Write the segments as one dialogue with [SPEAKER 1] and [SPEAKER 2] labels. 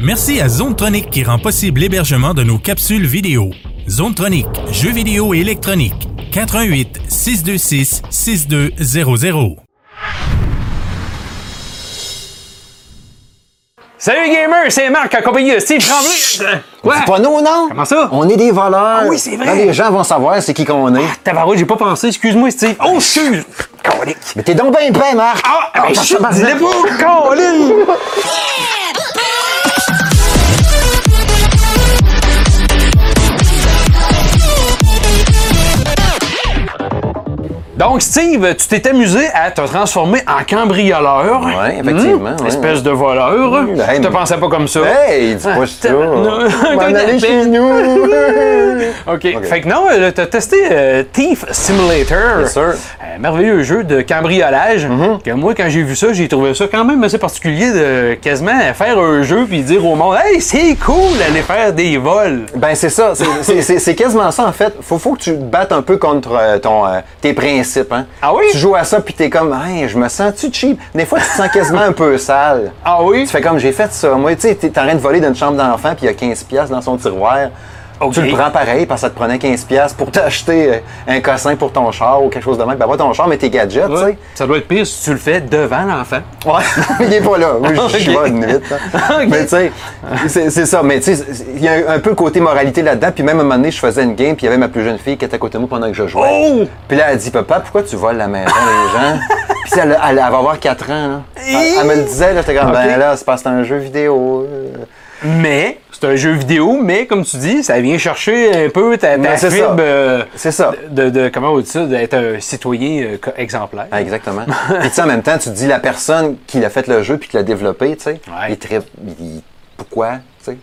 [SPEAKER 1] Merci à Zone Tronic qui rend possible l'hébergement de nos capsules vidéo. Zone Tronic, jeux vidéo et électronique. 88 626 6200.
[SPEAKER 2] Salut les gamers, c'est Marc en compagnie de Steve Tremblay. Euh, Ouais.
[SPEAKER 3] C'est pas nous, non?
[SPEAKER 2] Comment ça?
[SPEAKER 3] On est des voleurs.
[SPEAKER 2] Ah oui, c'est vrai.
[SPEAKER 3] Là, les gens vont savoir c'est qui qu'on est.
[SPEAKER 2] Tabarouette, j'ai pas pensé. Excuse-moi, Steve. Oh, excuse. Colique.
[SPEAKER 3] Mais t'es donc bien prêt, Marc.
[SPEAKER 2] Ah, mais
[SPEAKER 3] ça,
[SPEAKER 2] je
[SPEAKER 3] ça, ça,
[SPEAKER 2] dis le mot, Colin. Donc, Steve, tu t'es amusé à te transformer en cambrioleur.
[SPEAKER 3] Ouais, effectivement, ouais.
[SPEAKER 2] Mmh. Espèce de voleur.
[SPEAKER 3] Mmh, hey,
[SPEAKER 2] je te
[SPEAKER 3] mais-
[SPEAKER 2] pensais pas comme ça. Ah,
[SPEAKER 3] Hey, dis pas ça.
[SPEAKER 2] Non.
[SPEAKER 3] On va en aller chez nous.
[SPEAKER 2] OK. Fait que non, là, t'as testé euh, Thief Simulator.
[SPEAKER 3] Bien sûr.
[SPEAKER 2] Un Euh, merveilleux jeu de cambriolage.
[SPEAKER 3] Mhm.
[SPEAKER 2] que moi, quand j'ai vu ça, j'ai trouvé ça quand même assez particulier de quasiment faire un jeu puis dire au monde Hey, c'est cool d'aller faire des vols.
[SPEAKER 3] Ben c'est ça, c'est- c'est- c'est c'est quasiment ça en fait. Faut, faut que tu te battes un peu contre euh, ton, euh, tes principes. Hein.
[SPEAKER 2] Ah oui?
[SPEAKER 3] Tu joues à ça puis t'es comme, hey, je me sens-tu cheap? Des fois, tu te sens quasiment un peu sale.
[SPEAKER 2] Ah oui?
[SPEAKER 3] Tu fais comme, j'ai fait ça. Moi, tu sais, t'es t'es en train de voler d'une chambre d'enfant puis il y a 15$ piastres dans son tiroir.
[SPEAKER 2] Ok.
[SPEAKER 3] Tu le prends pareil parce que ça te prenait 15$ piastres pour t'acheter euh, un cossin pour ton char ou quelque chose de même. Ben pas ton char, mais tes gadgets, tu sais.
[SPEAKER 2] Ça doit être pire si tu le fais devant l'enfant.
[SPEAKER 3] Ouais, il est pas là. Moi, je suis
[SPEAKER 2] Ok.
[SPEAKER 3] pas une vite.
[SPEAKER 2] Ok.
[SPEAKER 3] Mais tu sais, c'est c'est ça. Mais tu sais, il y a un peu le côté moralité là-dedans. Puis même à un moment donné, je faisais une game, puis il y avait ma plus jeune fille qui était à côté de moi pendant que je jouais.
[SPEAKER 2] Oh!
[SPEAKER 3] Puis là, elle dit Papa, pourquoi tu voles la maison des gens Puis elle, elle, elle va avoir 4 ans. là. Elle, elle me le disait, là, j'étais comme Ben là, c'est parce que c'est un jeu vidéo. euh.
[SPEAKER 2] Mais, c'est un jeu vidéo, mais comme tu dis, ça vient chercher un peu ta, ta
[SPEAKER 3] Mais c'est
[SPEAKER 2] fibre.
[SPEAKER 3] ça.
[SPEAKER 2] euh,
[SPEAKER 3] C'est ça.
[SPEAKER 2] De, de- comment on dit ça, d'être un citoyen euh, co- exemplaire.
[SPEAKER 3] Ah, exactement. Puis tu sais, en même temps, tu te dis la personne qui l'a fait le jeu puis qui l'a développé, tu sais, il trippe. il- Pourquoi Tu sais,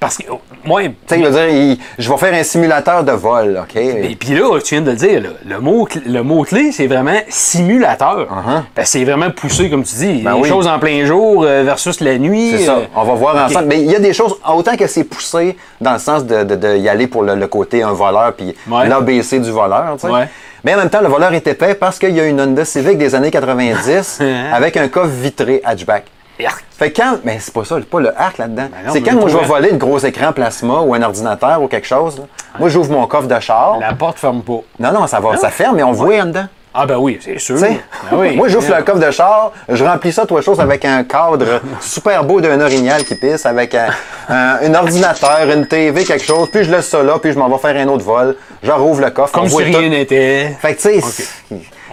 [SPEAKER 2] Parce que, oh, moi,
[SPEAKER 3] Tu sais, il veut dire, il- je vais faire un simulateur de vol, OK?
[SPEAKER 2] Et puis là, tu viens de le dire, là, le mot cl- le mot clé, c'est vraiment simulateur. Parce que c'est vraiment poussé, comme tu dis.
[SPEAKER 3] Uh-huh. Ben
[SPEAKER 2] les
[SPEAKER 3] oui.
[SPEAKER 2] choses en plein jour euh, versus la nuit.
[SPEAKER 3] C'est ça.
[SPEAKER 2] euh,
[SPEAKER 3] On va voir
[SPEAKER 2] ok.
[SPEAKER 3] ensemble. Mais il y a des choses, autant que c'est poussé dans le sens de, de- de y aller pour le, le côté un voleur puis
[SPEAKER 2] Ouais.
[SPEAKER 3] l'ABC du voleur, tu sais.
[SPEAKER 2] Ouais.
[SPEAKER 3] Mais en même temps, le voleur est épais parce qu'il y a une Honda Civic des années 90 avec un coffre vitré hatchback.
[SPEAKER 2] Yark.
[SPEAKER 3] Fait que quand. Mais c'est pas ça, pas le arc là-dedans.
[SPEAKER 2] Ben non,
[SPEAKER 3] c'est
[SPEAKER 2] mais
[SPEAKER 3] quand moi je
[SPEAKER 2] pour
[SPEAKER 3] vais
[SPEAKER 2] un-
[SPEAKER 3] voler le gros écran plasma ou un ordinateur ou quelque chose. là. Moi j'ouvre mon coffre de char.
[SPEAKER 2] La porte ferme pas.
[SPEAKER 3] Non, non, ça va, ça ferme, mais on voit en dedans.
[SPEAKER 2] Ah ben oui, c'est sûr.
[SPEAKER 3] Tu sais,
[SPEAKER 2] Ben oui.
[SPEAKER 3] Moi, j'ouvre le coffre de char, je remplis ça, toi, chose, avec un cadre super beau d'un orignal qui pisse, avec un, un- un ordinateur, une TV, quelque chose, puis je laisse ça là, puis je m'en vais faire un autre vol. Je rouvre le coffre.
[SPEAKER 2] Comme
[SPEAKER 3] on voit
[SPEAKER 2] si rien
[SPEAKER 3] tout.
[SPEAKER 2] n'était.
[SPEAKER 3] Fait que, tu sais,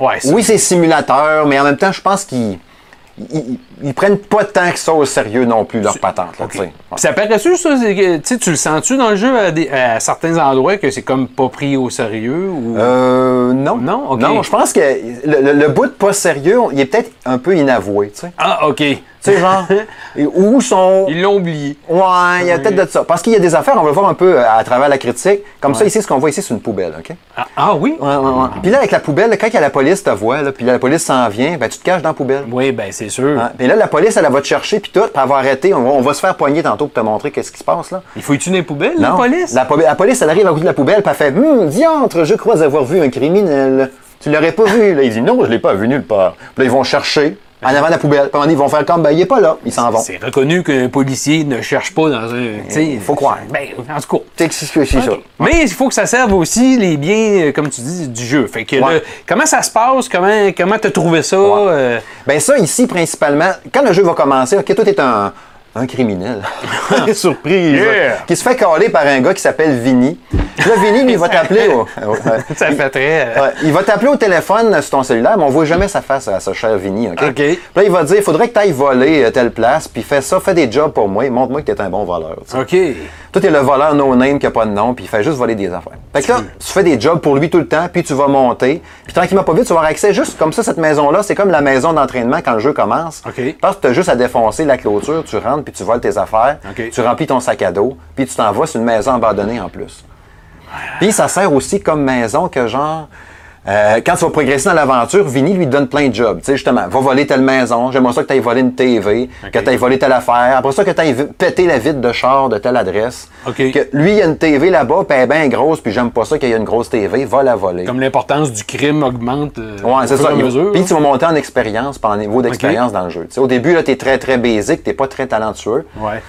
[SPEAKER 2] Ouais, c'est-
[SPEAKER 3] oui, c'est simulateur, mais en même temps, je pense qu'ils ils, ils prennent pas tant que ça au sérieux non plus, leur patente. Là,
[SPEAKER 2] Ok.
[SPEAKER 3] tu sais.
[SPEAKER 2] Puis Ça paraît-tu, ça? c'est que, tu sais, tu le sens-tu dans le jeu à, des- à certains endroits que c'est comme pas pris au sérieux? Ou...
[SPEAKER 3] Euh, non.
[SPEAKER 2] Non? Ok.
[SPEAKER 3] Non, je pense que le, le- le bout de pas sérieux, il est peut-être un peu inavoué, tu sais.
[SPEAKER 2] Ah, OK.
[SPEAKER 3] Tu sais, genre, et où sont...
[SPEAKER 2] Ils l'ont oublié.
[SPEAKER 3] Ouais, il y a peut-être de ça. Parce qu'il y a des affaires, on va le voir un peu euh, à travers la critique. Comme ça, ici, ce qu'on voit ici, c'est une poubelle, OK?
[SPEAKER 2] Ah, ah oui?
[SPEAKER 3] Ouais, ouais, ouais. Puis là, avec la poubelle, quand il y a la police te voit, là, puis la police s'en vient, ben tu te caches dans la poubelle.
[SPEAKER 2] Oui, ben c'est sûr.
[SPEAKER 3] Hein? Puis là, la police, elle, elle va te chercher, puis tout, puis elle va arrêter. On va, on va se faire poigner tantôt pour te montrer qu'est-ce qui se passe, là.
[SPEAKER 2] Il faut y tuer les poubelles, la
[SPEAKER 3] Non.
[SPEAKER 2] police?
[SPEAKER 3] La, poubelle- la police, elle arrive à côté de la poubelle, puis elle fait Hum, diantre, je crois avoir vu un criminel. Tu l'aurais pas vu, là. Il dit Non, je l'ai pas vu nulle part. Puis là, ils vont chercher en avant de la poubelle. Puis à un moment donné, ils vont faire comme Ben, il est pas là. Ils s'en vont.
[SPEAKER 2] Ah. C'est reconnu qu'un policier ne cherche pas dans un. tu sais,
[SPEAKER 3] Il faut croire.
[SPEAKER 2] Ben, en tout cas.
[SPEAKER 3] C'est c'est- c'est ça.
[SPEAKER 2] Mais il faut que ça serve aussi les biens, euh, comme tu dis, du jeu. Fait que
[SPEAKER 3] Ouais.
[SPEAKER 2] là, comment ça se passe? Comment comment t'as trouvé ça? euh,
[SPEAKER 3] Ben ça, ici, principalement, quand le jeu va commencer, OK, toi, t'es un, un criminel. Surprise!
[SPEAKER 2] Yeah!
[SPEAKER 3] Qui se fait caler par un gars qui s'appelle Vinny. Puis Là, Vinny, lui, il va t'appeler au...
[SPEAKER 2] Ça fait très. euh,
[SPEAKER 3] Ouais, il va t'appeler au téléphone euh, sur ton cellulaire, mais on voit jamais sa face à ce cher Vinny, OK?
[SPEAKER 2] OK.
[SPEAKER 3] Puis là, il va dire, il faudrait que tu ailles voler euh, telle place, puis fais ça, fais des jobs pour moi, et montre-moi que t'es un bon voleur. tu sais.
[SPEAKER 2] OK.
[SPEAKER 3] Toi, t'es le voleur no-name qui a pas de nom, puis il fait juste voler des affaires. Fait que là, tu fais des jobs pour lui tout le temps, puis tu vas monter. Puis tranquillement, pas vite, tu vas avoir accès juste comme ça, cette maison-là. C'est comme la maison d'entraînement quand le jeu commence.
[SPEAKER 2] OK.
[SPEAKER 3] Parce que t'as juste à défoncer la clôture, tu rentres, puis tu voles tes affaires.
[SPEAKER 2] OK.
[SPEAKER 3] Tu remplis ton sac à dos, puis tu t'en vas sur une maison abandonnée en plus. Puis ça sert aussi comme maison que genre. euh, quand tu vas progresser dans l'aventure, Vinny lui donne plein de jobs. Tu sais, justement, va voler telle maison, j'aimerais ça que tu ailles voler une TV, que tu ailles voler telle affaire, après ça que tu ailles péter la vitre de char de telle adresse.
[SPEAKER 2] OK.
[SPEAKER 3] Que lui, il y a une TV là-bas, puis elle est bien grosse, puis j'aime pas ça qu'il y a une grosse TV, va la voler.
[SPEAKER 2] Comme l'importance du crime augmente. euh,
[SPEAKER 3] Ouais,
[SPEAKER 2] au
[SPEAKER 3] c'est
[SPEAKER 2] fur
[SPEAKER 3] ça.
[SPEAKER 2] et à mesure.
[SPEAKER 3] Puis tu vas monter en expérience, puis en niveau d'expérience dans le jeu. Tu sais, au début, là, t'es très, très basique, t'es pas très talentueux.
[SPEAKER 2] Ouais.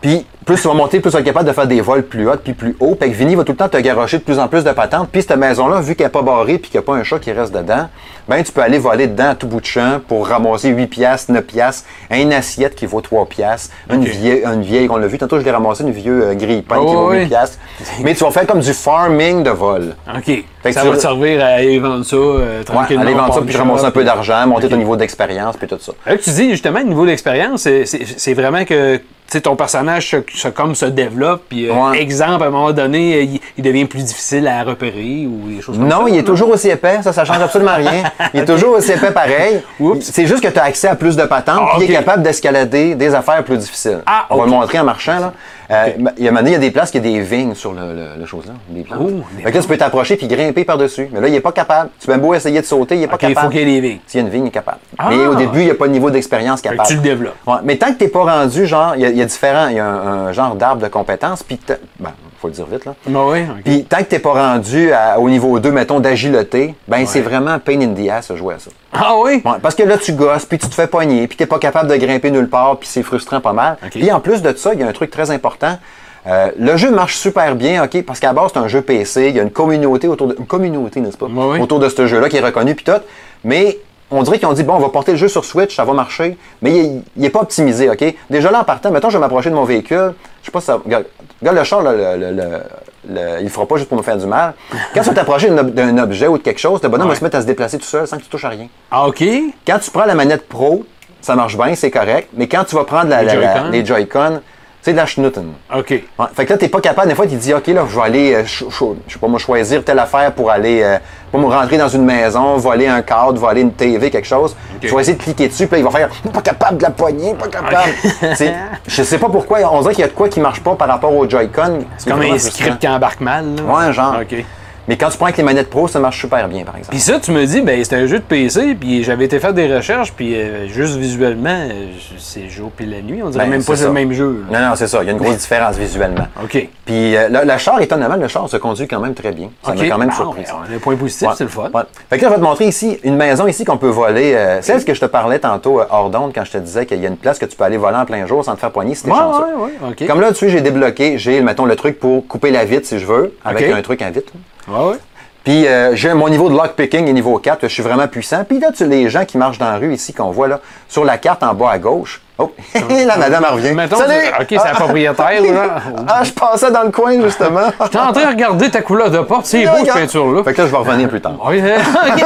[SPEAKER 3] Puis plus tu vas monter, plus tu vas être capable de faire des vols plus hautes puis plus haut. Fait que Vinny va tout le temps te garrocher de plus en plus de patentes. Puis cette maison-là, vu qu'elle n'est pas barrée puis qu'il n'y a pas un chat qui reste dedans, ben tu peux aller voler dedans à tout bout de champ pour ramasser 8 piastres, 9 piastres, une assiette qui vaut 3 piastres, une
[SPEAKER 2] Ok.
[SPEAKER 3] vieille, une vieille qu'on l'a vu. Tantôt, je l'ai ramassé une vieille euh, grille-pain
[SPEAKER 2] Oh,
[SPEAKER 3] qui vaut 8
[SPEAKER 2] oui.
[SPEAKER 3] piastres. Mais tu vas faire comme du farming de vol.
[SPEAKER 2] OK.
[SPEAKER 3] Fait que
[SPEAKER 2] ça
[SPEAKER 3] tu
[SPEAKER 2] va
[SPEAKER 3] veux-
[SPEAKER 2] te servir à aller vendre ça euh,
[SPEAKER 3] Ouais,
[SPEAKER 2] tranquillement.
[SPEAKER 3] aller vendre ça
[SPEAKER 2] au
[SPEAKER 3] puis
[SPEAKER 2] pawn
[SPEAKER 3] ramasser
[SPEAKER 2] shop.
[SPEAKER 3] un peu d'argent, monter ton niveau d'expérience puis tout ça.
[SPEAKER 2] Là, tu dis justement, au niveau d'expérience, c'est- c'est c'est vraiment que tu sais, ton personnage se, se- comme se développe, puis euh,
[SPEAKER 3] Ouais.
[SPEAKER 2] exemple, à un moment donné, euh, il, il devient plus difficile à repérer ou des choses comme ça.
[SPEAKER 3] Non, il est toujours aussi épais, ça, ça change absolument rien. Il est toujours aussi épais pareil.
[SPEAKER 2] Oups.
[SPEAKER 3] C'est juste que tu as accès à plus de patentes,
[SPEAKER 2] Ah,
[SPEAKER 3] puis il est
[SPEAKER 2] ok.
[SPEAKER 3] capable d'escalader des affaires plus difficiles.
[SPEAKER 2] Ah,
[SPEAKER 3] On va
[SPEAKER 2] ok.
[SPEAKER 3] le montrer en marchant. Là. Euh, ben, Il y a un moment donné, il y a des places, qui il y a des vignes sur le, le- le chose-là, des plantes.
[SPEAKER 2] Oh, des
[SPEAKER 3] Fait que là, tu peux t'approcher puis grimper par-dessus. Mais là, il n'est pas capable. Tu peux même beau essayer de sauter, il n'est pas
[SPEAKER 2] Ok, il faut
[SPEAKER 3] capable.
[SPEAKER 2] qu'il y ait des vignes.
[SPEAKER 3] S'il y a une vigne, il est capable.
[SPEAKER 2] Ah!
[SPEAKER 3] Mais au début, il n'y a pas de niveau d'expérience
[SPEAKER 2] que
[SPEAKER 3] capable.
[SPEAKER 2] tu le développes.
[SPEAKER 3] Ouais, mais tant que t'es pas rendu, genre, il y, a- il y a différents, il y a un, un genre d'arbre de compétences, puis t'as- ben, faut le dire vite, là.
[SPEAKER 2] Ben oui, ok.
[SPEAKER 3] Puis tant que t'es pas rendu à- au niveau 2, mettons, d'agileté, ben c'est vraiment pain in the ass de jouer à ça.
[SPEAKER 2] Ah oui?
[SPEAKER 3] Ouais, parce que là, tu gosses, puis tu te fais pogner, puis t'es pas capable de grimper nulle part, puis c'est frustrant pas mal.
[SPEAKER 2] OK.
[SPEAKER 3] Puis en plus de ça, il y a un truc très important. Euh, le jeu marche super bien, OK, parce qu'à la base, c'est un jeu PC, il y a une communauté autour de. Une communauté, n'est-ce pas?
[SPEAKER 2] Ouais, ouais.
[SPEAKER 3] Autour de ce jeu-là qui est reconnu puis tout. Mais on dirait qu'ils ont dit bon, on va porter le jeu sur Switch, ça va marcher, mais il est- il n'est pas optimisé, OK? Déjà là en partant, mettons je vais m'approcher de mon véhicule, je sais pas si ça. Regarde, regarde le char, là, le, le- le- le- il le fera pas juste pour me faire du mal. Quand tu t'approches d'un ob- d'un objet ou de quelque chose, le bonhomme va
[SPEAKER 2] Ouais.
[SPEAKER 3] se mettre à se déplacer tout seul sans que tu touches à rien.
[SPEAKER 2] Ah OK?
[SPEAKER 3] Quand tu prends la manette pro, ça marche bien, c'est correct. Mais quand tu vas prendre la, la- la-
[SPEAKER 2] Joy-Con.
[SPEAKER 3] les Joy-Con, c'est de la schnutten.
[SPEAKER 2] OK.
[SPEAKER 3] Ouais. Fait que là, t'es pas capable. Des fois, tu dis, OK, là, je vais aller, euh, cho- cho- je sais pas moi, choisir telle affaire pour aller, euh, pour me rentrer dans une maison, voler un cadre, voler une TV, quelque chose. Tu vas essayer de cliquer dessus, puis là, il va faire, pas capable de la poignée, pas capable. Tu sais, je sais pas pourquoi, on dirait qu'il y a de quoi qui marche pas par rapport au Joy-Con.
[SPEAKER 2] C'est comme
[SPEAKER 3] vraiment
[SPEAKER 2] un
[SPEAKER 3] frustrant.
[SPEAKER 2] script qui embarque mal. là.
[SPEAKER 3] Ouais, genre.
[SPEAKER 2] OK.
[SPEAKER 3] Mais quand tu prends avec les manettes pro, ça marche super bien, par exemple.
[SPEAKER 2] Puis ça, tu me dis, ben c'est un jeu de PC, puis j'avais été faire des recherches, puis euh, juste visuellement, euh, c'est jour puis la nuit. On dirait
[SPEAKER 3] Ben,
[SPEAKER 2] même pas c'est
[SPEAKER 3] c'est
[SPEAKER 2] le
[SPEAKER 3] ça.
[SPEAKER 2] même jeu. là.
[SPEAKER 3] Non, non, c'est ça. Il y a une grosse différence visuellement.
[SPEAKER 2] OK.
[SPEAKER 3] Puis euh, le, le char, étonnamment, le char se conduit quand même très bien. Ça
[SPEAKER 2] OK.
[SPEAKER 3] m'a quand même
[SPEAKER 2] Ah,
[SPEAKER 3] surpris.
[SPEAKER 2] ouais,
[SPEAKER 3] ça.
[SPEAKER 2] on a un point positif, c'est le fun.
[SPEAKER 3] ouais. Fait que là, je vais te montrer ici une maison ici qu'on peut voler. euh, Celle que je te parlais tantôt euh, hors d'onde quand je te disais qu'il y a une place que tu peux aller voler en plein jour sans te faire poigner si t'es
[SPEAKER 2] Ouais,
[SPEAKER 3] chanceux.
[SPEAKER 2] ouais, ouais, OK.
[SPEAKER 3] Comme là, dessus, j'ai débloqué, j'ai, mettons, le truc pour couper la vitre si je veux, avec
[SPEAKER 2] OK.
[SPEAKER 3] un truc à vitre.
[SPEAKER 2] Ouais, ouais.
[SPEAKER 3] Puis euh, j'ai mon niveau de lockpicking est niveau 4, je suis vraiment puissant. Puis là, tu les gens qui marchent dans la rue ici qu'on voit là, sur la carte en bas à gauche. Oh, la madame elle revient.
[SPEAKER 2] Mettons,
[SPEAKER 3] Salut!
[SPEAKER 2] tu- OK, c'est la propriétaire, là.
[SPEAKER 3] ah, je passais dans le coin justement.
[SPEAKER 2] T'es en train de regarder ta couleur de porte, c'est beau cette
[SPEAKER 3] Regarde.
[SPEAKER 2] peinture-là.
[SPEAKER 3] Fait que là, je vais revenir plus tard.
[SPEAKER 2] Oui, euh, ok.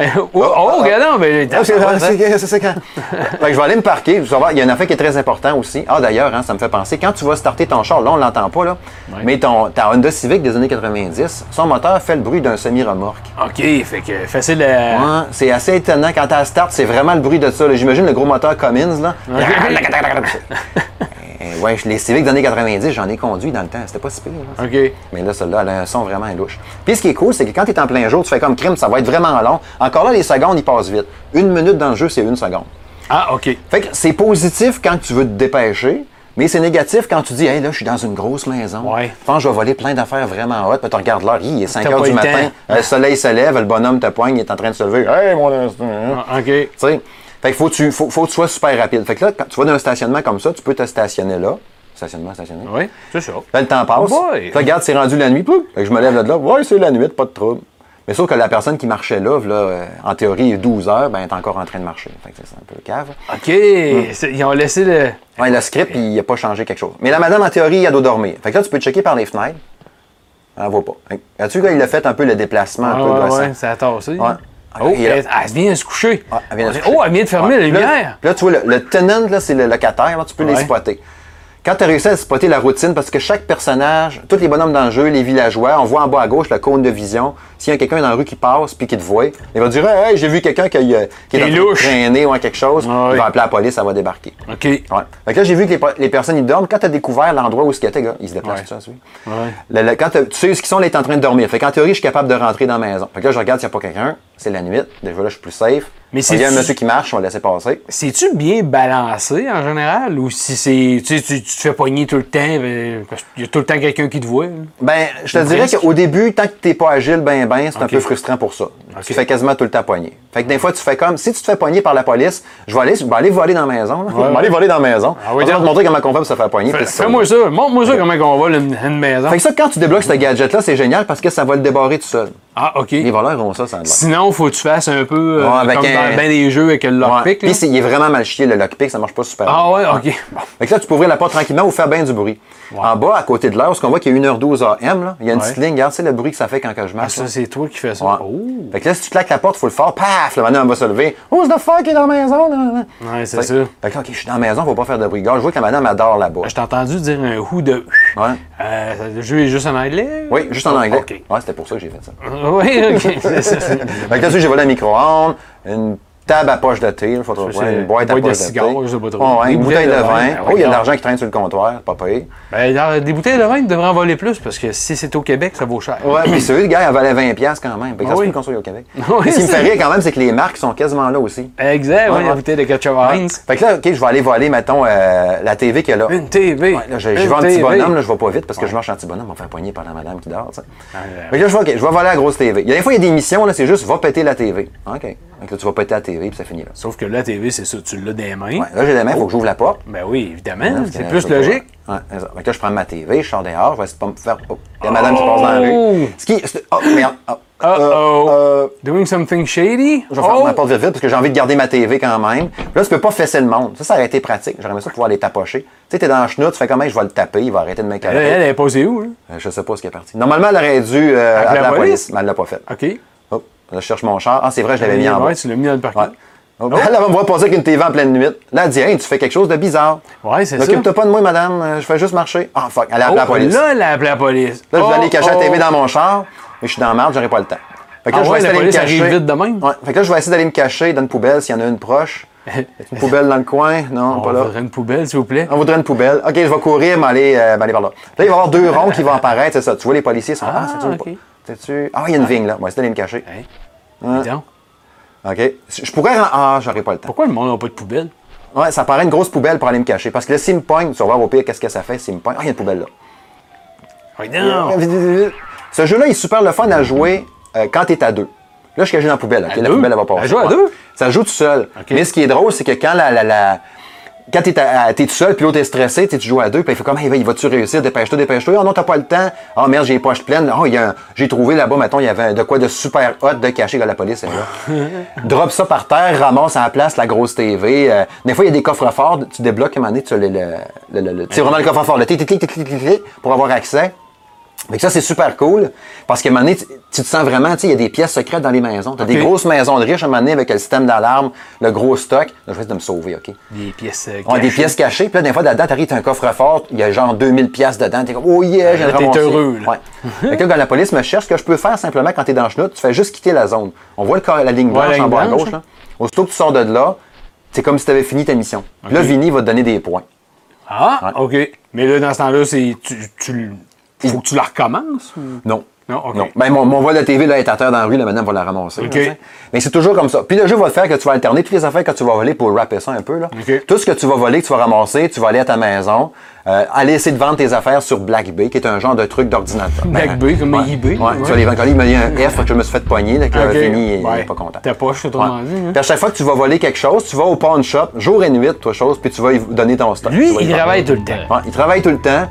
[SPEAKER 2] Euh, oh, oh, regarde, non, mais
[SPEAKER 3] Ah,
[SPEAKER 2] t'as-
[SPEAKER 3] c'est- c'est- c'est- c'est quand- Fait que je vais aller me parquer. Vous allez voir, il y a une affaire qui est très importante aussi. Ah, d'ailleurs, hein, ça me fait penser. Quand tu vas starter ton char, là, on l'entend pas, là. Mais ton, ta Honda Civic des années 90, son moteur fait le bruit d'un semi-remorque.
[SPEAKER 2] OK, fait que facile à...
[SPEAKER 3] Ouais, c'est assez étonnant. Quand tu start, c'est vraiment le bruit de ça. là. J'imagine le gros moteur Cummins, là. Eh, ouais, je- les Civic des années 90, j'en ai conduit dans le temps. C'était pas si pire, là.
[SPEAKER 2] OK.
[SPEAKER 3] Mais là, celle-là, elle a un son vraiment louche. Puis ce qui est cool, c'est que quand tu es en plein jour, tu fais comme crime, ça va être vraiment long. Encore là, les secondes, ils passent vite. Une minute dans le jeu, c'est une seconde.
[SPEAKER 2] Ah, OK.
[SPEAKER 3] Fait que c'est positif quand tu veux te dépêcher, mais c'est négatif quand tu dis, hey, là, je suis dans une grosse maison.
[SPEAKER 2] Ouais.
[SPEAKER 3] Je pense que je vais voler plein d'affaires vraiment hot. Puis tu regardes l'heure, Hi, il est 5
[SPEAKER 2] T'as
[SPEAKER 3] heures
[SPEAKER 2] pas
[SPEAKER 3] du
[SPEAKER 2] le
[SPEAKER 3] matin,
[SPEAKER 2] temps.
[SPEAKER 3] le soleil se lève, le bonhomme te poigne, il est en train de se lever. Hey, mon instant.
[SPEAKER 2] Ah, OK.
[SPEAKER 3] Tu sais, fait que faut que tu, faut, faut que tu sois super rapide. Fait que là, quand tu vas dans un stationnement comme ça, tu peux te stationner là. Stationnement, stationner.
[SPEAKER 2] Oui, c'est ça.
[SPEAKER 3] Là, le temps passe.
[SPEAKER 2] Oh boy!
[SPEAKER 3] Puis là, regarde, c'est rendu la nuit. Pouf! Fait que je me lève là de là. Ouais, c'est la nuit, pas de trouble. Mais sauf que la personne qui marchait là, v'là, euh, en théorie, 12 heures, ben, elle est encore en train de marcher. Fait que c'est un peu cave.
[SPEAKER 2] OK,
[SPEAKER 3] Hmm.
[SPEAKER 2] c'est- ils ont laissé le...
[SPEAKER 3] Ouais, le script, il n'a pas changé quelque chose. Mais la madame, en théorie, elle doit dormir. Fait que là, tu peux checker par les fenêtres. Elle voit pas. Fait que, As-tu vu, là, il a fait un peu le déplacement, un
[SPEAKER 2] Ah,
[SPEAKER 3] peu
[SPEAKER 2] ouais,
[SPEAKER 3] gossant.
[SPEAKER 2] ouais, ça a tassé.
[SPEAKER 3] Ouais.
[SPEAKER 2] Oh,
[SPEAKER 3] Et là-
[SPEAKER 2] elle, elle vient de se coucher.
[SPEAKER 3] Ouais, Ah, elle vient de se coucher.
[SPEAKER 2] Oh, elle vient de fermer
[SPEAKER 3] Ouais.
[SPEAKER 2] la
[SPEAKER 3] Puis là-
[SPEAKER 2] lumière.
[SPEAKER 3] puis Là, tu vois, le, le tenant, là, c'est le locataire, là, tu peux les
[SPEAKER 2] Ouais.
[SPEAKER 3] spotter. Quand tu as réussi à spotter la routine, parce que chaque personnage, tous les bonhommes dans le jeu, les villageois, on voit en bas à gauche le cône de vision. S'il y a quelqu'un dans la rue qui passe puis qui te voit, il va dire Hey, j'ai vu quelqu'un qui, euh, qui est en train de
[SPEAKER 2] louche. Ah
[SPEAKER 3] traîner ou en quelque chose.
[SPEAKER 2] Ouais.
[SPEAKER 3] Il va appeler la police, ça va débarquer.
[SPEAKER 2] OK.
[SPEAKER 3] Ouais. Fait que là, j'ai vu que les, les personnes, ils dorment. Quand tu as découvert l'endroit où ils étaient, gars, ils se déplacent
[SPEAKER 2] Ouais.
[SPEAKER 3] tout ça, tu sais.
[SPEAKER 2] Ouais.
[SPEAKER 3] Le- le- quand t'as- tu sais ce qu'ils sont, là, ils sont en train de dormir. Fait qu'en théorie, je suis capable de rentrer dans la maison. Fait que là, je regarde s'il n'y a pas quelqu'un. C'est la nuit. Déjà là, je suis plus safe.
[SPEAKER 2] Mais
[SPEAKER 3] Il y a un
[SPEAKER 2] c'est-tu-
[SPEAKER 3] monsieur qui marche, on va le laisser passer.
[SPEAKER 2] C'est-tu bien balancé en général ou si c'est. Tu, sais, tu, tu te fais pogner tout le temps, ben, parce qu'il y a tout le temps quelqu'un qui te voit. là.
[SPEAKER 3] Ben, je te
[SPEAKER 2] Ou
[SPEAKER 3] dirais
[SPEAKER 2] presque.
[SPEAKER 3] qu'au début, tant que t'es pas agile, ben ben, c'est un
[SPEAKER 2] Ok.
[SPEAKER 3] peu frustrant pour ça. Tu te fais quasiment tout le temps pogner. Fait que des fois, tu fais comme, si tu te fais pogner par la police, je vais aller, je vais aller voler dans la maison. là. Je vais aller voler dans la maison.
[SPEAKER 2] Ah oui,
[SPEAKER 3] on va
[SPEAKER 2] donc.
[SPEAKER 3] te montrer comment on fait pour se faire pogner. puis c'est ça.
[SPEAKER 2] Fais-moi ça. Montre-moi ça comment on vole une, une maison.
[SPEAKER 3] Fait que ça, quand tu débloques ce gadget-là, c'est génial parce que ça va le débarrer tout seul.
[SPEAKER 2] Ah, OK.
[SPEAKER 3] Les voleurs ont ça, ça a l'air.
[SPEAKER 2] Sinon, faut que tu fasses un peu euh,
[SPEAKER 3] Ouais, avec
[SPEAKER 2] comme
[SPEAKER 3] un-
[SPEAKER 2] dans bien des jeux avec le
[SPEAKER 3] Ouais.
[SPEAKER 2] lockpick. là.
[SPEAKER 3] Puis c'est- il est vraiment mal chié, le lockpick, ça marche pas super bien.
[SPEAKER 2] Ah ouais, OK. Bon.
[SPEAKER 3] Fait que là, tu peux ouvrir la porte tranquillement ou faire bien du bruit. En bas, à côté de l'heure, parce qu'on voit qu'il y a 1h12 AM, là, il y a une
[SPEAKER 2] Ouais.
[SPEAKER 3] petite ligne, regarde, c'est le bruit que ça fait quand que je
[SPEAKER 2] Ah,
[SPEAKER 3] marche.
[SPEAKER 2] ça,
[SPEAKER 3] là.
[SPEAKER 2] c'est toi qui fais ça.
[SPEAKER 3] Ouais.
[SPEAKER 2] Oh.
[SPEAKER 3] Fait que là, si tu claques la porte, faut le fort, paf, le bonhomme va se lever. Who's the fuck qui est dans la maison? là, là, là?
[SPEAKER 2] Ouais, c'est
[SPEAKER 3] Fait-
[SPEAKER 2] ça. Ah,
[SPEAKER 3] Fait que là, OK, je suis dans la maison, faut pas faire de bruit. Regarde, je vois que la madame adore là-bas.
[SPEAKER 2] Je t'ai entendu dire un ou de.
[SPEAKER 3] Ouais.
[SPEAKER 2] Euh, le jeu est juste en anglais?
[SPEAKER 3] Oui, juste en anglais.
[SPEAKER 2] OK.
[SPEAKER 3] Ouais, c'était pour ça que j'ai fait ça.
[SPEAKER 2] Oui, OK. C'est- c'est- c'est-
[SPEAKER 3] Fait que là-dessus, j'ai volé un micro-ondes, une table à poche de thé, il faudra
[SPEAKER 2] Ça,
[SPEAKER 3] voir,
[SPEAKER 2] c'est
[SPEAKER 3] une boîte à
[SPEAKER 2] une
[SPEAKER 3] poche
[SPEAKER 2] boîte de
[SPEAKER 3] de,
[SPEAKER 2] cigares,
[SPEAKER 3] thé.
[SPEAKER 2] je sais pas trop.
[SPEAKER 3] Oh, ouais,
[SPEAKER 2] Des
[SPEAKER 3] une bouteille de
[SPEAKER 2] bouteilles de
[SPEAKER 3] vin.
[SPEAKER 2] vin. Ah
[SPEAKER 3] Oh, il y a
[SPEAKER 2] oui,
[SPEAKER 3] de
[SPEAKER 2] non.
[SPEAKER 3] l'argent qui traîne sur le comptoir, pas payé.
[SPEAKER 2] Ben, dans des bouteilles de vin, tu devrais en voler plus parce que si c'est au Québec, ça vaut cher.
[SPEAKER 3] Ouais, puis celui, le gars, il valait 20$ piastres quand même. Fait que ça
[SPEAKER 2] Ah
[SPEAKER 3] se
[SPEAKER 2] oui.
[SPEAKER 3] peut qu'on soit au Québec.
[SPEAKER 2] Oui,
[SPEAKER 3] Ce qui me fait
[SPEAKER 2] c'est-
[SPEAKER 3] rire quand même, c'est que les marques sont quasiment là aussi.
[SPEAKER 2] Exact, ouais,
[SPEAKER 3] Ouais,
[SPEAKER 2] la
[SPEAKER 3] ouais.
[SPEAKER 2] bouteille de ketchup Heinz.
[SPEAKER 3] Fait que là, OK, je vais aller voler, mettons, euh, la TV qu'il y a là.
[SPEAKER 2] Une TV.
[SPEAKER 3] Ouais, là, je, je
[SPEAKER 2] Une
[SPEAKER 3] vais en petit
[SPEAKER 2] TV.
[SPEAKER 3] bonhomme, là, je vais pas vite parce que je marche en petit bonhomme, on va faire poigner par la madame qui dort, tu sais.
[SPEAKER 2] Ah, ouais.
[SPEAKER 3] Fait que là, je vais, OK, je vais voler la grosse TV. Il y a des fois, il y a des missions, là, c'est juste, va péter la TV. OK. Fait que là, tu vas péter la TV, puis ça finit là.
[SPEAKER 2] Sauf que la TV, c'est ça, tu l'as des mains.
[SPEAKER 3] Ouais, là, j'ai la main, faut que j'ouvre la porte.
[SPEAKER 2] Ben oui, évidemment,
[SPEAKER 3] Parce
[SPEAKER 2] c'est
[SPEAKER 3] que
[SPEAKER 2] plus
[SPEAKER 3] Ah, je peux
[SPEAKER 2] logique.
[SPEAKER 3] pas- Ouais, c'est ça. Fait que là, je prends ma TV, je sors dehors, je vais essayer de pas me faire. Oh, il y a madame qui passe dans la rue. Ce qui. c'est- Oh, merde. Oh,
[SPEAKER 2] Uh-oh.
[SPEAKER 3] euh, euh,
[SPEAKER 2] Doing something shady?
[SPEAKER 3] Je vais fermer
[SPEAKER 2] Oh!
[SPEAKER 3] ma porte vite vite parce que j'ai envie de garder ma TV quand même. Là, tu peux pas fesser le monde. Ça, ça aurait été pratique. J'aurais aimé ça pouvoir les tapocher. Tu sais, t'es dans le chenou, tu fais comment je vais le taper, il va arrêter de
[SPEAKER 2] Elle,
[SPEAKER 3] m'écœurer.
[SPEAKER 2] elle est posée où, là?
[SPEAKER 3] Euh, je sais pas ce qui est parti. Normalement, elle aurait dû euh,
[SPEAKER 2] Appeler
[SPEAKER 3] appeler
[SPEAKER 2] la
[SPEAKER 3] la
[SPEAKER 2] police?
[SPEAKER 3] police, mais elle l'a pas fait.
[SPEAKER 2] OK.
[SPEAKER 3] Hop, là, je cherche mon char. Ah, c'est vrai, je l'avais mis en bas.
[SPEAKER 2] Euh, Ouais, tu l'as mis dans le parking.
[SPEAKER 3] Ouais.
[SPEAKER 2] Oh.
[SPEAKER 3] Hop, Elle va me voir passer avec une TV en pleine nuit. Là, elle dit, hey, tu fais quelque chose de bizarre.
[SPEAKER 2] Ouais, c'est ça.
[SPEAKER 3] Occupe-toi pas de moi, madame. Euh, Je fais juste marcher. Ah, fuck. Elle a appelé la
[SPEAKER 2] Oh,
[SPEAKER 3] police.
[SPEAKER 2] Là, elle a appelé la police.
[SPEAKER 3] Là, je vais aller cacher
[SPEAKER 2] Oh,
[SPEAKER 3] la TV
[SPEAKER 2] oh.
[SPEAKER 3] dans mon char, mais je suis dans la merde, j'aurai pas le temps. Fait que
[SPEAKER 2] Ah
[SPEAKER 3] là, je
[SPEAKER 2] ouais,
[SPEAKER 3] vais essayer
[SPEAKER 2] la
[SPEAKER 3] d'aller me
[SPEAKER 2] police arrive
[SPEAKER 3] cacher.
[SPEAKER 2] vite de même.
[SPEAKER 3] Ouais. Fait que là, je vais essayer d'aller me cacher dans une poubelle s'il y en a une proche. une poubelle dans le coin? Non,
[SPEAKER 2] On
[SPEAKER 3] pas là.
[SPEAKER 2] voudrait une poubelle, s'il vous plaît.
[SPEAKER 3] On voudrait une poubelle. OK, je vais courir, mais aller, euh, m'aller par là. Là, il va y avoir deux ronds qui vont apparaître, c'est ça. Tu vois, les policiers sont. Ah,
[SPEAKER 2] Ah,
[SPEAKER 3] c'est-tu ou
[SPEAKER 2] ok.
[SPEAKER 3] pas? C'est-tu? Ah, il y a une vigne, là. On va essayer d'aller me cacher.
[SPEAKER 2] Hein? Dis donc,
[SPEAKER 3] OK. Je pourrais. ren- Ah, j'aurai pas le temps.
[SPEAKER 2] Pourquoi le monde n'a pas de poubelle?
[SPEAKER 3] Ouais, ça paraît une grosse poubelle pour aller me cacher. Parce que là, s'il me pogne, tu vas voir au pire, qu'est-ce que ça fait s'il me pogne. Ah, il y a une poubelle là.
[SPEAKER 2] Ouais, non.
[SPEAKER 3] Ce jeu-là, il est super le fun à jouer euh, quand t'es à deux. Là, je suis caché dans la poubelle. ok?
[SPEAKER 2] À
[SPEAKER 3] la
[SPEAKER 2] deux?
[SPEAKER 3] poubelle, elle va passer.
[SPEAKER 2] Elle joue à
[SPEAKER 3] Ouais.
[SPEAKER 2] deux?
[SPEAKER 3] Ça joue tout seul.
[SPEAKER 2] Ok.
[SPEAKER 3] Mais ce qui est drôle, c'est que quand la. la, la- Quand t'es, à- à- t'es tout seul, puis l'autre est stressé, tu sais, tu joues à deux, puis il fait comme, hey, va- il va-tu réussir, dépêche-toi, dépêche-toi. Oh non, t'as pas le temps. Oh merde, j'ai les poches pleines. Oh, il y a un- j'ai trouvé là-bas, mettons, il y avait un- de quoi de super hot de caché que la police est là. Drop ça par terre, ramasse à la place la grosse TV. euh, des fois, il y a des coffres forts, tu débloques à un moment donné, tu as le. le, le, le- le- tu sais, vraiment le coffre fort, le tic, tic, tic, tic, tic, tic, pour avoir accès. Fait que ça, c'est super cool, parce qu'à un moment donné, tu, tu te sens vraiment, tu sais, il y a des pièces secrètes dans les maisons. T'as
[SPEAKER 2] Ok.
[SPEAKER 3] des grosses maisons de riches, à un moment donné, avec le système d'alarme, le gros stock. Là, je vais essayer de me sauver, OK?
[SPEAKER 2] Des pièces. euh,
[SPEAKER 3] On a des
[SPEAKER 2] cachées.
[SPEAKER 3] pièces cachées, puis là, des fois, dedans, t'arrives, t'as un coffre-fort, il y a genre 2000 pièces dedans, t'es comme, oh yeah, j'ai
[SPEAKER 2] Là,
[SPEAKER 3] le
[SPEAKER 2] t'es
[SPEAKER 3] ramassé.
[SPEAKER 2] heureux, là.
[SPEAKER 3] Ouais. fait que là, quand la police me cherche, ce que je peux faire simplement quand t'es dans le chenoute, tu fais juste quitter la zone. On voit le, cor- la ligne
[SPEAKER 2] Ouais,
[SPEAKER 3] blanche
[SPEAKER 2] la
[SPEAKER 3] en
[SPEAKER 2] ligne
[SPEAKER 3] bas
[SPEAKER 2] blanche, hein.
[SPEAKER 3] à gauche, là. Aussitôt que tu sors de là, c'est comme si t'avais fini ta mission. Puis Là,
[SPEAKER 2] Ok.
[SPEAKER 3] Vinny va te donner des points.
[SPEAKER 2] Ah,
[SPEAKER 3] Ouais.
[SPEAKER 2] OK. Mais là, dans ce temps-là, c'est. Tu, tu, le- faut que tu la recommences? ou-
[SPEAKER 3] Non.
[SPEAKER 2] Non, ok.
[SPEAKER 3] Ben, mon, mon voile de TV là, est à terre dans la rue, là, maintenant, on va la ramasser.
[SPEAKER 2] Ok.
[SPEAKER 3] tu sais. Mais c'est toujours comme ça. Puis le jeu va te faire que tu vas alterner toutes les affaires que tu vas voler pour rapper ça un peu. Là.
[SPEAKER 2] Ok.
[SPEAKER 3] Tout ce que tu vas voler, que tu vas ramasser, tu vas aller à ta maison, euh, aller essayer de vendre tes affaires sur Black Bay, qui est un genre de truc d'ordinateur. Ben,
[SPEAKER 2] Black Bay, comme eBay,
[SPEAKER 3] Ouais,
[SPEAKER 2] ouais.
[SPEAKER 3] Tu vas les vendre. Il m'a dit un F, fait que je me suis fait poigner, là, que
[SPEAKER 2] Ok.
[SPEAKER 3] là, Vinny, il
[SPEAKER 2] Ouais.
[SPEAKER 3] est pas content.
[SPEAKER 2] Ta poche, c'est ton rendu, hein.
[SPEAKER 3] Puis à chaque fois que tu vas voler quelque chose, tu vas au pawn shop, jour et nuit, toi, chose, puis tu vas y donner ton stock.
[SPEAKER 2] Lui,
[SPEAKER 3] Tu vas y
[SPEAKER 2] il
[SPEAKER 3] vendre.
[SPEAKER 2] travaille tout le temps.
[SPEAKER 3] Ouais, il travaille tout le temps,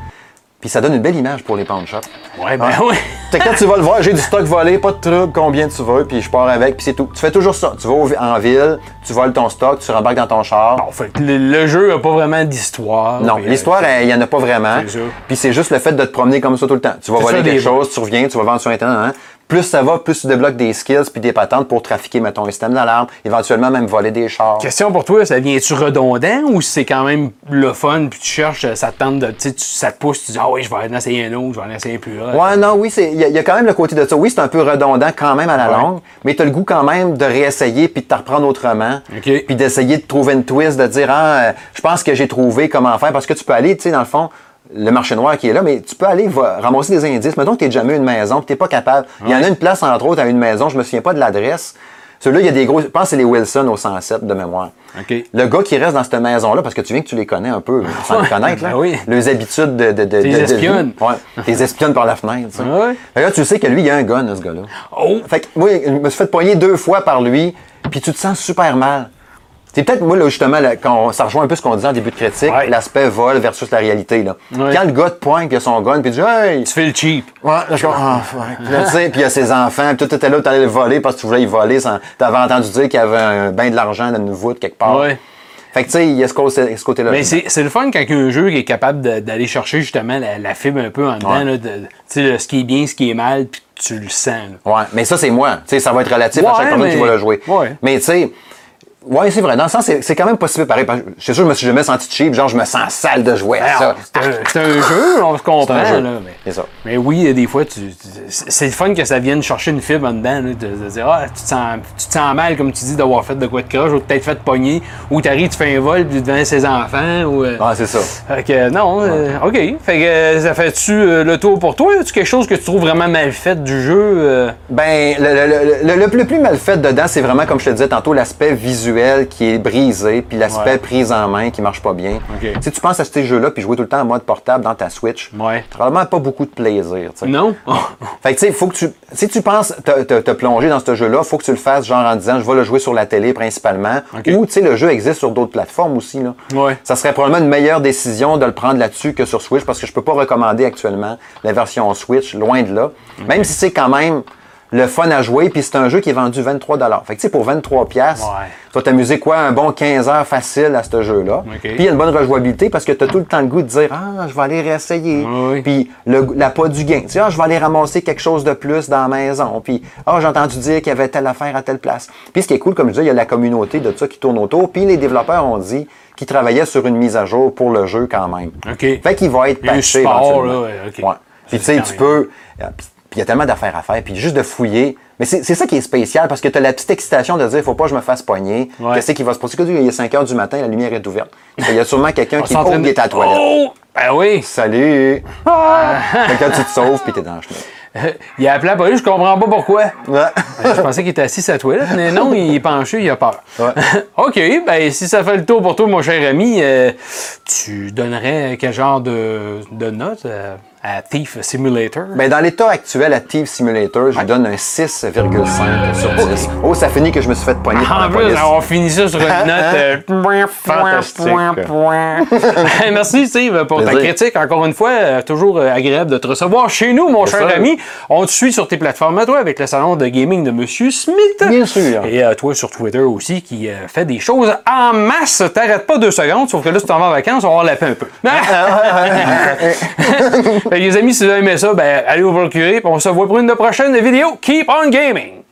[SPEAKER 3] puis ça donne une belle image pour les pawn shops.
[SPEAKER 2] Ouais, ben
[SPEAKER 3] Ah.
[SPEAKER 2] ouais.
[SPEAKER 3] Fait que quand tu vas le voir, j'ai du stock volé, pas de trouble, combien tu veux, puis je pars avec, puis c'est tout. Tu fais toujours ça. Tu vas au- en ville, tu voles ton stock, tu rembarques dans ton char.
[SPEAKER 2] Bon, fait que le, le jeu n'a pas vraiment d'histoire.
[SPEAKER 3] Non,
[SPEAKER 2] Puis, euh,
[SPEAKER 3] l'histoire, elle, il n'y en a pas vraiment.
[SPEAKER 2] C'est ça.
[SPEAKER 3] Puis c'est juste le fait de te promener comme ça tout le temps. Tu vas
[SPEAKER 2] C'est
[SPEAKER 3] voler
[SPEAKER 2] ça,
[SPEAKER 3] quelque
[SPEAKER 2] les-
[SPEAKER 3] chose, tu reviens, tu vas vendre sur Internet. hein. Plus ça va, plus tu débloques des skills puis des patentes pour trafiquer, mettons, un système d'alarme, éventuellement même voler des chars.
[SPEAKER 2] Question pour toi, ça vient-tu redondant ou c'est quand même le fun, puis tu cherches, euh, ça te tente de. Tu sais, tu- ça te pousse, tu dis, ah oui, je vais en essayer un autre, je vais en essayer un plus hot.
[SPEAKER 3] Ouais, non, oui, c'est- il y, a- il y a quand même le côté de ça. Oui, c'est un peu redondant quand même à la
[SPEAKER 2] Ouais.
[SPEAKER 3] longue, mais t'as le goût quand même de réessayer puis de t'en reprendre autrement.
[SPEAKER 2] OK.
[SPEAKER 3] Puis d'essayer de trouver une twist, de dire, ah, euh, je pense que j'ai trouvé comment faire parce que tu peux aller, tu sais, dans le fond, le marché noir qui est là, mais tu peux aller va- ramasser des indices. Mettons que t'es jamais une maison, que t'es pas capable. Il y en a une place, entre autres, à une maison, je me souviens pas de l'adresse. Celui-là, il y a des gros. Je pense que c'est les Wilson au 107 de mémoire.
[SPEAKER 2] OK.
[SPEAKER 3] Le gars qui reste dans cette maison-là, parce que tu viens que tu les connais un peu, sans les connaître, là,
[SPEAKER 2] Ben oui.
[SPEAKER 3] leurs habitudes de. de, de
[SPEAKER 2] les
[SPEAKER 3] de- de vie.
[SPEAKER 2] espionnes.
[SPEAKER 3] Ouais. les espionnes par la fenêtre. tu sais.
[SPEAKER 2] Ah Ouais.
[SPEAKER 3] Fait que Là, tu sais que lui, il a un gun, là, ce gars-là.
[SPEAKER 2] Oh!
[SPEAKER 3] Fait que moi, je me suis fait poigner deux fois par lui, puis tu te sens super mal. C'est peut-être, moi, là, justement, là, quand on- ça rejoint un peu ce qu'on disait en début de critique,
[SPEAKER 2] Ouais.
[SPEAKER 3] l'aspect vol versus la réalité. Là.
[SPEAKER 2] Ouais.
[SPEAKER 3] Quand le gars te pointe, puis il a son gun, puis il dit Hey!
[SPEAKER 2] Tu fais le cheap.
[SPEAKER 3] Ouais, là, je comprends. Ah, fuck. Puis là, tu sais, puis il y a ses enfants, puis tout était là, t'allais le voler parce que tu voulais y voler. sans- T'avais entendu dire qu'il y avait un bain de l'argent dans une voûte quelque part.
[SPEAKER 2] Ouais.
[SPEAKER 3] Fait que, tu sais, il y a ce, côté- ce côté-là.
[SPEAKER 2] Mais c'est c'est le fun quand un jeu est capable de- d'aller chercher justement la, la fibre un peu en dedans,
[SPEAKER 3] Ouais.
[SPEAKER 2] là, de, tu sais, le- ce qui est bien, ce qui est mal, puis tu le sens. là.
[SPEAKER 3] Ouais, mais ça, c'est moi. Tu sais, ça va être relatif à
[SPEAKER 2] Ouais,
[SPEAKER 3] chaque personne
[SPEAKER 2] mais-
[SPEAKER 3] qui va le jouer.
[SPEAKER 2] Ouais.
[SPEAKER 3] Mais tu sais, ouais, c'est vrai. Dans le sens, c'est c'est quand même possible pareil. parce que C'est sûr, je me suis jamais senti cheap. Genre, je me sens sale de jouer à ça.
[SPEAKER 2] Alors, C'est un, c'est un jeu, on se comprend.
[SPEAKER 3] C'est un jeu.
[SPEAKER 2] Là, mais,
[SPEAKER 3] C'est ça.
[SPEAKER 2] mais oui, euh, des fois, tu, tu- c'est c'est le fun que ça vienne chercher une fibre en dedans. là, de, de dire, ah, tu te, sens, tu te sens mal, comme tu dis, d'avoir fait de quoi de croche, ou de t'être fait pogner, ou t'arrives, tu fais un vol puis devant ses enfants. Ou, euh,
[SPEAKER 3] Ah, c'est ça.
[SPEAKER 2] Fait que, euh, non, euh, OK. Fait que, euh, ça fait-tu euh, le tour pour toi? As-tu quelque chose que tu trouves vraiment mal fait du jeu? euh?
[SPEAKER 3] Ben, le, le- le- le- le- le plus mal fait dedans, c'est vraiment, comme je te disais tantôt, l'aspect visuel qui est brisé, puis l'aspect
[SPEAKER 2] Ouais.
[SPEAKER 3] prise en main qui marche pas bien.
[SPEAKER 2] Ok.
[SPEAKER 3] Tu sais, tu penses à ces jeux-là, puis jouer tout le temps en mode portable dans ta Switch.
[SPEAKER 2] Ouais.
[SPEAKER 3] T'as Probablement pas beaucoup de plaisir, tu sais.
[SPEAKER 2] Non?
[SPEAKER 3] Fait que, tu sais, faut que tu. Si tu penses te, te- te plonger dans ce jeu-là, faut que tu le fasses genre en disant je vais le jouer sur la télé principalement.
[SPEAKER 2] Ok.
[SPEAKER 3] Ou, tu sais, le jeu existe sur d'autres plateformes aussi, là.
[SPEAKER 2] Ouais.
[SPEAKER 3] Ça serait probablement une meilleure décision de le prendre là-dessus que sur Switch parce que je peux pas recommander actuellement la version Switch, loin de là. Même si c'est quand même le fun à jouer, puis c'est un jeu qui est vendu 23 Fait que, tu sais, pour 23 piastres,
[SPEAKER 2] Ouais.
[SPEAKER 3] tu vas t'amuser quoi, un bon 15 heures facile à ce jeu-là.
[SPEAKER 2] Ok.
[SPEAKER 3] Puis il y a une bonne rejouabilité parce que tu as tout le temps le goût de dire Ah, je vais aller réessayer.
[SPEAKER 2] Oui.
[SPEAKER 3] Puis le- la pas du gain. Tu sais, ah, je vais aller ramasser quelque chose de plus dans la maison. Puis, ah, j'ai entendu dire qu'il y avait telle affaire à telle place. Puis ce qui est cool, comme je disais, il y a la communauté de ça qui tourne autour. Puis les développeurs ont dit qu'ils travaillaient sur une mise à jour pour le jeu quand même.
[SPEAKER 2] OK.
[SPEAKER 3] Fait qu'il va être
[SPEAKER 2] Il y a eu
[SPEAKER 3] patché
[SPEAKER 2] support,
[SPEAKER 3] éventuellement.
[SPEAKER 2] là, ouais, OK.
[SPEAKER 3] Ouais. Puis tu sais,
[SPEAKER 2] Quand
[SPEAKER 3] tu
[SPEAKER 2] même.
[SPEAKER 3] peux... euh, puis- Puis il y a tellement d'affaires à faire. Puis juste de fouiller. Mais c'est c'est ça qui est spécial parce que tu as la petite excitation de dire, faut pas que je me fasse pogner.
[SPEAKER 2] Ouais.
[SPEAKER 3] Qu'est-ce qui va se passer? Que Il est 5 heures du matin, la lumière est ouverte. Il y a sûrement quelqu'un
[SPEAKER 2] On
[SPEAKER 3] qui
[SPEAKER 2] s'est en train
[SPEAKER 3] oh, il
[SPEAKER 2] de-
[SPEAKER 3] est à la toilette.
[SPEAKER 2] Oh! Ben oui!
[SPEAKER 3] Salut! Fait que là, tu te sauves puis t'es dans le chemin.
[SPEAKER 2] Il a appelé la police, je comprends pas pourquoi.
[SPEAKER 3] Ouais.
[SPEAKER 2] Euh, Je pensais qu'il était assis à la toilette, mais non, il est penché, il a peur.
[SPEAKER 3] Ouais.
[SPEAKER 2] OK, ben si ça fait le tour pour toi, mon cher ami, euh, tu donnerais quel genre de, de note euh, à Thief Simulator?
[SPEAKER 3] Ben, dans l'état actuel à Thief Simulator, je lui donne un 6,5 sur 10. Oh, ça finit que je me suis fait pogner par la
[SPEAKER 2] en plus, ah
[SPEAKER 3] police. Hein?
[SPEAKER 2] on finit ça sur une note euh,
[SPEAKER 3] Fantastique.
[SPEAKER 2] Hey, Merci Steve pour ta
[SPEAKER 3] Plaisir.
[SPEAKER 2] critique. Encore une fois, euh, toujours euh, agréable de te recevoir chez nous, mon
[SPEAKER 3] Bien
[SPEAKER 2] cher
[SPEAKER 3] sûr.
[SPEAKER 2] ami. On te suit sur tes plateformes à toi avec le salon de gaming de Monsieur Smith.
[SPEAKER 3] Bien sûr.
[SPEAKER 2] Et euh, toi sur Twitter aussi qui euh, fait des choses en masse. T'arrêtes pas deux secondes, sauf que là, si t'en vas en vacances, on va avoir la paix un peu.
[SPEAKER 3] Ah,
[SPEAKER 2] Fait que les amis, si vous avez aimé ça, ben, allez vous procurer. puis On se voit pour une de prochaine vidéo. Keep on gaming!